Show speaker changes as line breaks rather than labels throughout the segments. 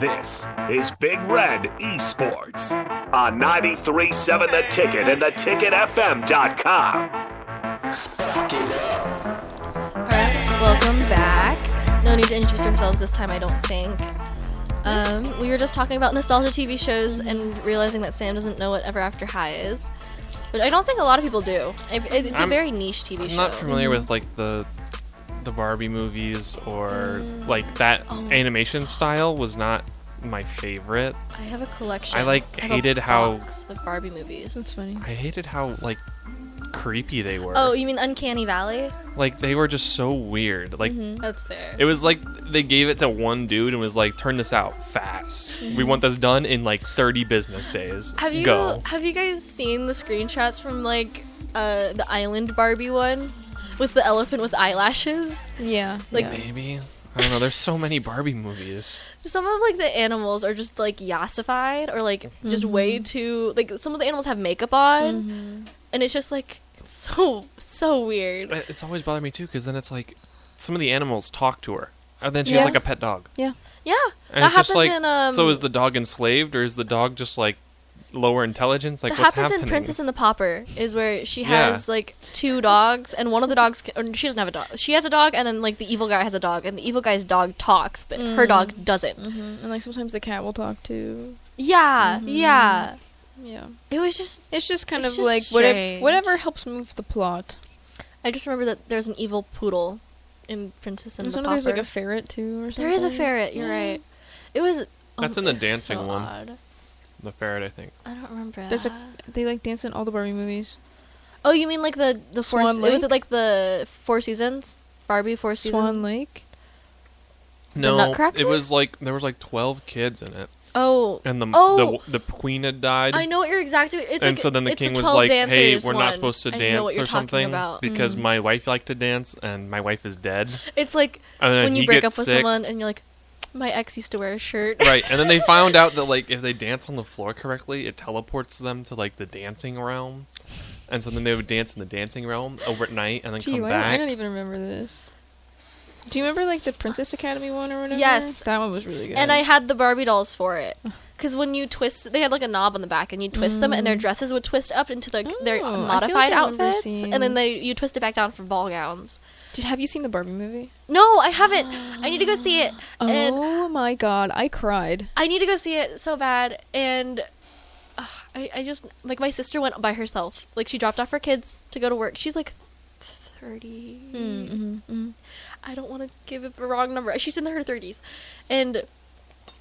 This is Big Red Esports on 937 The Ticket and theticketfm.com.
All right, welcome back. No need to introduce ourselves this time, I don't think. Um, we were just talking about nostalgia TV shows and realizing that Sam doesn't know what Ever After High is, which I don't think a lot of people do. It, it- it's
I'm-
a very niche TV
I'm
show.
not familiar with like the the Barbie movies or like that
Oh.
animation style was not my favorite.
I have a collection.
I, like,
have a
hated how-
box of Barbie
That's
movies.
funny.
I hated how like creepy they were.
Oh, you mean Uncanny Valley?
like they were just so weird. Like
That's fair.
it was like they gave it to one dude and was like, "Turn this out fast. We want this done in like 30 business days.
Mm-hmm. Have you
Go."
have you guys seen the screenshots from like uh, the Island Barbie one with the elephant with eyelashes?
Yeah.
Like-
yeah.
Maybe I don't know. There's so many Barbie movies.
some of like the animals are just like yassified or like just
Mm-hmm.
way too like some of the animals have makeup on and it's just like it's so so weird
But it's always bothered me too because then it's like some of the animals talk to her, and then she has
Yeah.
like a pet dog.
Yeah.
yeah
And
that
it's just
happens
like,
in um
so is the dog enslaved, or is the dog just like lower intelligence? Like
that
what's
happens
happening?
in Princess and the Pauper is where she
Yeah.
has like two dogs and one of the dogs ca- or she doesn't have a dog she has a dog and then like the evil guy has a dog and the evil guy's dog talks but her
Mm.
dog doesn't
Mhm. And like sometimes the cat will talk to.
yeah
Mm-hmm.
yeah
Yeah.
it was just
It's just kind
It's
of
just
like whatever
strange.
whatever helps move the plot.
I just remember that there's an evil poodle in Princess and
And
the Pauper
there's like a ferret too or something.
There is a ferret. You're
Yeah.
right. It was.
That's
oh,
in the
it was
dancing
so
one.
odd.
the ferret, I think.
I don't remember.
There's a
that.
they like dance in all the Barbie movies.
Oh, you mean like the the four?
Swan
se- it was
Lake?
it like the Four Seasons? Barbie Four Seasons.
Swan Lake.
No,
Nutcracker?
it was like there was like 12 kids in it,
Oh,
and the
Oh.
the, the queen had died.
I know what you're exactly. It's
and
like,
so then the
it's
king was
12
like, "Hey,
dancers
we're
one.
not supposed to
I
dance
know what you're
or
talking
something
About. Mm-hmm.
because my wife liked to dance and my wife is dead."
It's like
And then
when you
he
break up
gets
with
sick.
someone and you're like, my ex used to wear a shirt.
right? And then they found out that like if they dance on the floor correctly, it teleports them to like the dancing realm, and so then they would dance in the dancing realm overnight and then
Gee,
come
why
back.
don't, I don't even remember this. Do you remember like the Princess Academy one or whatever?
Yes.
That one was really good.
and I had the Barbie dolls for it. Because when you twist, they had like a knob on the back, and you twist them, and their dresses would twist up into like their
Mm. Oh, I feel like
modified
I remember
outfits, and then
seeing-
they you twist it back down for ball gowns.
Did, have you seen the Barbie movie?
No, I haven't. I need to go see it, and
oh my god, I cried.
I need to go see it so bad. And ugh, I, I just like my sister went by herself. Like she dropped off her kids to go to work. She's like 30
Mm, Hmm. mm-hmm,
I don't want to give it the wrong number. She's in her 30s, and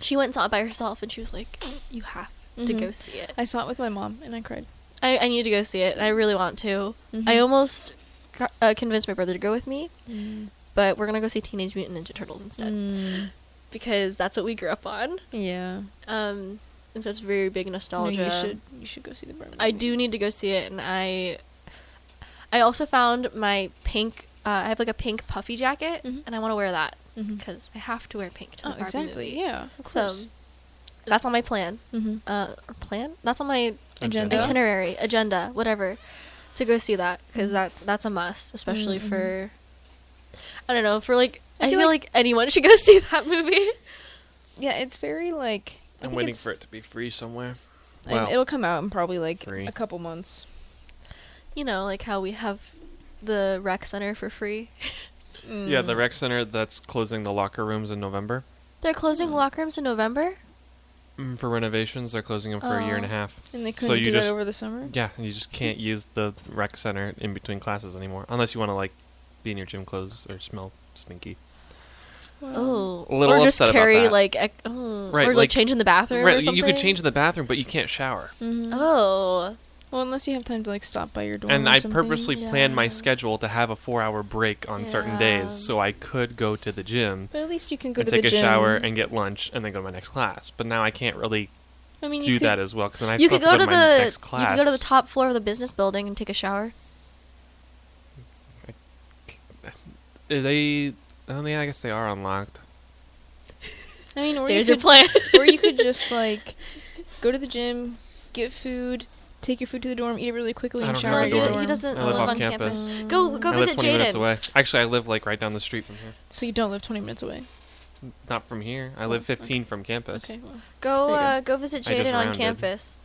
she went and saw it by herself, and she was like, "You have." To
Mhm.
go see it.
I saw it with my mom and I cried.
I, I need to go see it. and I really want to. I
Mhm.
almost co- uh, convinced my brother to go with me, but we're gonna go see Teenage Mutant Ninja Turtles instead
Mm,
because that's what we grew up on.
yeah.
Um, and so it's very big
No,
nostalgia.
you should you should go see the Barbie.
I
movie.
do need to go see it, and I I also found my pink. Uh, I have like a pink puffy jacket,
Mhm.
and I want to wear that
Mhm.
because I have to wear pink to the
Oh,
Barbie
exactly.
movie.
Yeah. Of
So
course.
that's on my plan.
hmm
Uh, or plan? That's on my
Agenda. Yeah.
itinerary, agenda, whatever, to go see that
Mm-hmm.
because that's that's a must, especially
Mhm, mhm.
for I don't know for like I,
I feel
feel like, anyone should go see that movie.
Yeah, it's very like I
I'm
think
waiting
it's-
for it to be free somewhere.
I- It'll come out in probably like
Free.
a couple months.
You know, like how we have the rec center for free.
Mm.
Yeah, the rec center that's closing the locker rooms in November
They're closing locker rooms in November.
Mm, for renovations. They're closing them for a year and a
Oh.
half.
And they
So
couldn't
you
do
just-
that over the summer.
Yeah, and you just can't use the rec center in between classes anymore, unless you want to like be in your gym clothes or smell stinky.
Oh,
A little
or just
upset about
carry
that.
like ec- oh,
Right,
or like,
like-
change in the bathroom. Or
right, you-
something.
you could change in the bathroom, but you can't shower.
Mhm.
Oh,
Well, unless you have time to like stop by your dorm.
and
or
I
something.
purposely planned my
Yeah.
schedule to have a four-hour break on certain
Yeah.
days, so I could go to the gym
But at least you can go
and
to
take
the
a
gym.
shower and get lunch, and then go to my next class. But now I can't really
I mean,
do
you could,
that as well because then I
you
still
could
have
go to
my
the
next
you
class.
could go to the top floor of the business building and take a shower.
Are they? Oh yeah, I guess they are unlocked.
I mean, or
There's
you
your
could,
plan.
or you could just like go to the gym, get food, take your food to the dorm, eat it really quickly,
I
and
don't
shower.
have a
at your
dorm.
he, he doesn't
I live off
on campus.
campus.
Go go
I live
visit
twenty minutes
Jaden.
away. Actually, I live like right down the street from here.
So you don't live 20 minutes away.
Not from here. I
Oh,
live 15 from campus.
Okay. Well,
Go
There you go.
uh, go visit
I just
Jaden on
rounded.
campus.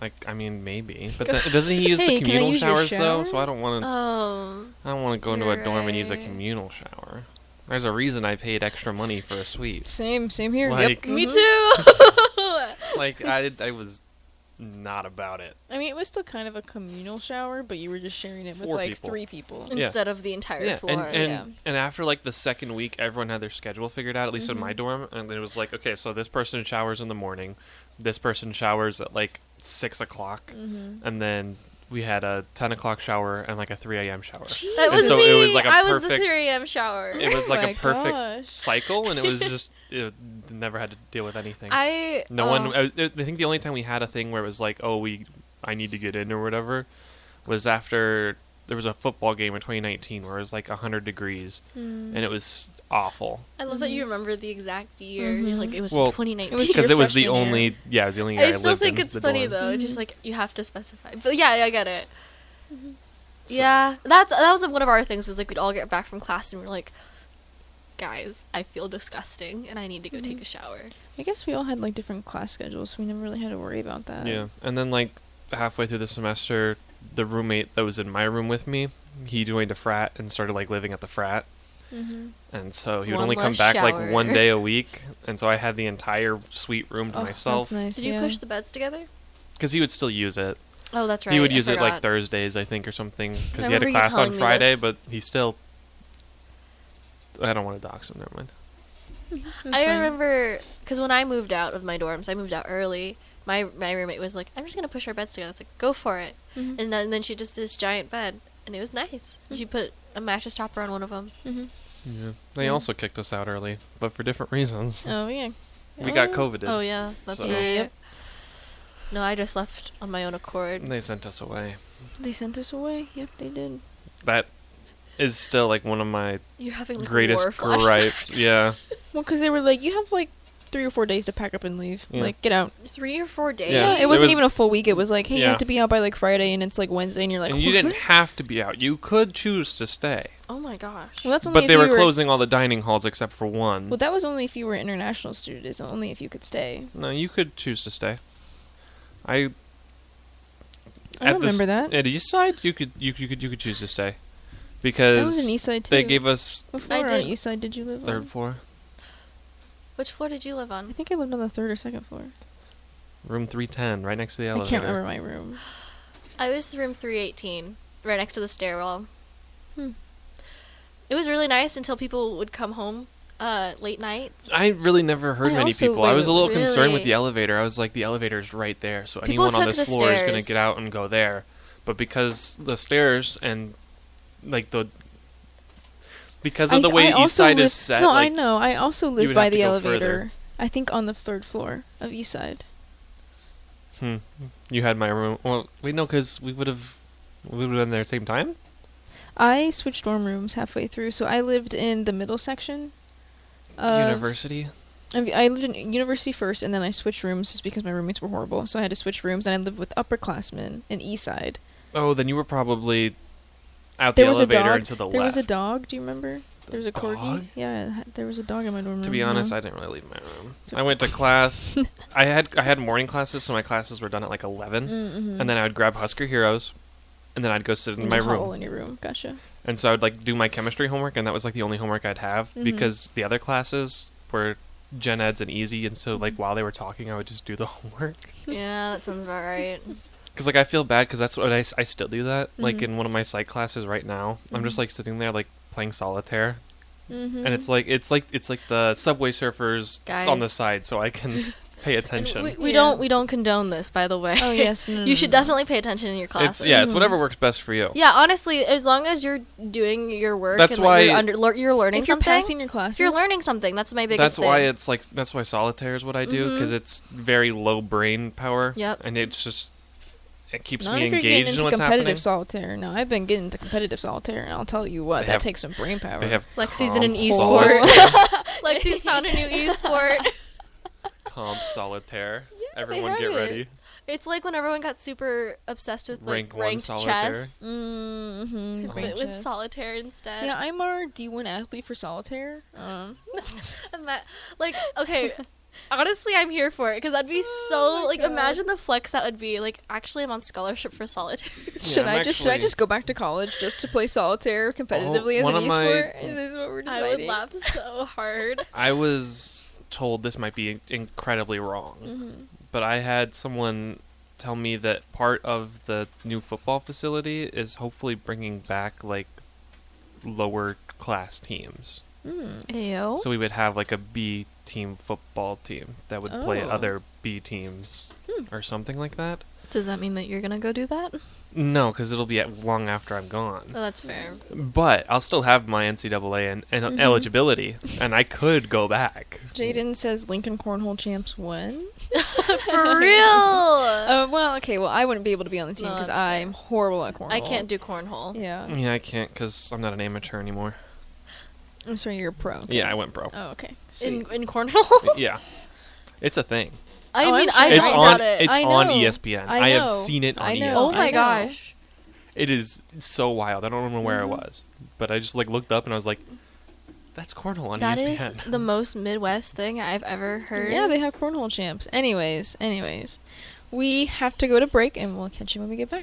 Like, I mean, maybe. But then, doesn't he use the
Hey, can I
communal
use your
showers though?
shower?
So I don't want to.
um,
I don't want to go into a
you're
dorm and use a
right.
communal shower. There's a reason I paid extra money for a suite.
same, same here.
Like-
yep.
me
mhm.
too.
Like I, I was not about it.
I mean, it was still kind of a communal shower, but you were just sharing it with
Four
like
people.
three people.
Yeah.
Instead of the entire
Yeah,
floor.
and and,
yeah.
and after like the second week, everyone had their schedule figured out. At least in
Mm-hmm.
my dorm, and it was like, okay, so this person showers in the morning, this person showers at like six o'clock,
Mm-hmm.
and then we had a ten o'clock shower and like a three a.m. shower.
That
And
was
so
me.
it was like a
I was the
perfect-
3 a.m. shower.
It was like
my
a perfect
gosh.
cycle, and it was just it never had to deal with anything.
I
No
oh,
one. I, I think the only time we had a thing where it was like, oh, we, I need to get in or whatever, was after there was a football game in 2019 where it was like 100 degrees and it was awful
hmm. I love that you remember the exact year. You're like it was
Mm-hmm. Well,
2019.
it was
because
your
it was the
freshman year.
only. Yeah, it was the only. year
I still
lived
think
in
it's
the
funny
dorms.
though. It's just like you have to specify. But yeah, I get it. Mm-hmm. Yeah, that's that was one of our things. Was like we'd all get back from class and we're like, guys, I feel disgusting and I need to go take a shower.
I guess we all had like different class schedules, so we never really had to worry about that.
Yeah, and then like halfway through the semester, the roommate that was in my room with me, he joined a frat and started like living at the frat.
Mm-hmm.
And so he would
One
only come
less
back
shower.
like one day a week, and so I had the entire suite room to
Oh,
myself. 'Cause
That's nice.
Did you
yeah.
push the beds together?
Because he would still use it.
Oh, that's right.
uh, he would
I
use it like
forgot.
Thursdays, I think, or something, because
I
he had
remember you
a class
telling
on
me
Friday.
this.
But he still. I don't want to dox him. Never mind.
That's
I
fine.
remember because when I moved out of my dorms, I moved out early. My my roommate was like, "I'm just gonna push our beds together." It's like, "Go for it!"
Mhm.
And, then, then she just did this giant bed, and it was nice. She put a mattress topper on one of them.
mm-hmm.
Yeah. They also kicked us out early, but for different reasons.
Oh yeah.
We got
Oh,
COVID.
Oh yeah, that's
So-
right.
Yep.
No, I just left on my own accord.
And they sent us away.
They sent us away. Yep, they did.
That is still like one of my
You're having like, war
greatest
flashbacks.
gripes. Yeah.
Well, because they were like, you have like three or four days to pack up and leave.
Yeah.
Like, get out.
Three or four days.
Yeah,
Yeah,
it
it wasn't
was-
even a full week. It was like, hey, you
Yeah.
have to be out by like Friday, and it's like Wednesday, and you're like,
and you didn't have to be out. You could choose to stay.
Oh my gosh.
Well, that's only
But
if
they
you
were closing all the dining halls except for one.
Well, that was only if you were international student. It's only if you could stay.
no, you could choose to stay. I
I
at the s-
remember that.
At East Side, you could you, you could you could choose to stay
I
because
was in East Side too.
they gave us
What floor
I
on
did-
East Side did you live on?
third floor,
Which floor did you live
I
on?
think I lived on the third or second floor.
room three ten, right next to the
I
elevator.
can't remember my room.
I was room three eighteen, right next to the stairwell.
Hmm.
It was really nice until people would come home uh, late nights.
I really never heard
I
many
also-
people. I was a little concerned with
Really?
the elevator. I was like, the elevator's right there, so
People
anyone on
took
this
the
floor is going
stairs.
to get out and go there. But because the stairs and like the because of the
I-
way
I
East
also
Side
lived-
is set,
No, I
like,
know. I also lived
would
by
have to
the
go further.
elevator. I think on the third floor of East Side.
hmm, you had my room. Well, wait, no, because we would have we would have been there at the same time.
I switched dorm rooms halfway through, so I lived in the middle section. of-
University.
I I lived in university first, and then I switched rooms just because my roommates were horrible. So I had to switch rooms, and I lived with upperclassmen in East Side.
Oh, then you were probably out
There
the
was a
elevator
dog.
and to the
there
left.
was a dog. Do you remember? There was a
Dog?
corgi. Yeah, I had- there was a dog in my dorm room.
To be honest,
yeah.
I didn't really leave my room.
So-
I went to class. I had I had morning classes, so my classes were done at like 11
Mm-hmm.
and then I would grab Husker Heroes, and then I'd go sit in,
In
my
the
room,
hall in your room. Gotcha.
and so I would like do my chemistry homework, and that was like the only homework I'd have
Mm-hmm.
Mhm.
because the other classes were gen eds and easy, and so like while they were talking, I would just do the homework.
yeah, that sounds about right.
Because like I feel bad because that's what I, s- I still do that. Like
Mm-hmm.
in one of my psych classes right now, I'm just like sitting there like playing solitaire,
Mm-hmm.
and it's like it's like it's like the Subway Surfers s- on the
Guys.
side, so I can pay
And
attention.
We, we
Yeah.
don't we don't condone this, by the way.
Oh, yes, no, no,
you should
no, no.
definitely pay attention in your classes.
It's yeah, it's whatever works best for you.
Yeah, honestly, as long as you're doing your work,
That's
and, like,
why-
you're, under, lear- you're learning
if you're
something.
passing your classes,
if you're learning something, that's my biggest.
that's why
thing. Mm-hmm.
it's like that's why solitaire is what I do because it's very low brain power.
Yep.
and it's just it keeps
Not
me
if you're getting
engaged
into
in what's
competitive
happening.
solitaire. No, I've been getting into competitive solitaire, and I'll tell you what,
They
that
have-
takes some brain power.
They have
Lexi's in an
comp
e-sport.
solitaire-
Lexi's found a new e-sport.
comp solitaire.
they
Everyone
have
get
it.
ready.
It's like when everyone got super obsessed with like
Rank one
ranked
solitaire?
chess,
Mm-hmm.
but with solitaire instead.
Yeah, I'm our D1 athlete for solitaire. Um,
I'm at- like okay, honestly, I'm here for it because that'd be so
my
like.
God.
Imagine the flex that would be. Like, actually, I'm on scholarship for solitaire.
should
I'm
I just should I
actually- Oh,
just go back to college just to play solitaire competitively as
one
an
of my-
esport? Is this what we're
I
deciding?
would laugh so hard.
I was told this might be incredibly wrong,
Mm-hmm.
but I had someone tell me that part of the new football facility is hopefully bringing back like lower class teams.
Ew.
So we would have like a B team football team that would play
Oh.
other B teams or something like that.
Does that mean that you're gonna go do that?
No, because it'll be at long after I'm gone.
Oh, that's fair.
But I'll still have my NCAA and, and eligibility, and I could go back.
Jaden says Lincoln Cornhole Champs won.
For real.
Uh, well, okay. Well, I wouldn't be able to be on the team
No,
because
that's fair.
I'm horrible at cornhole.
I can't do cornhole.
Yeah,
Yeah, I can't because I'm not an amateur anymore.
I'm sorry. You're a pro. okay.
Yeah, I went broke.
Oh, okay.
In
Sweet.
in cornhole.
Yeah, it's a thing.
I
Oh, I'm
mean,
sure
I
it's
don't
on.
doubt it.
It's
I
on E
know.
ESPN.
I
I, have
know.
seen it on E
I know.
oh
ESPN.
my
I know.
gosh.
It is so wild. I don't remember where I was, but I just like looked up and I was like, "That's cornhole on E
E
That is
ESPN."
the most Midwest thing I've ever heard.
Yeah, they have cornhole champs. Anyways, anyways, we have to go to break, and we'll catch you when we get back.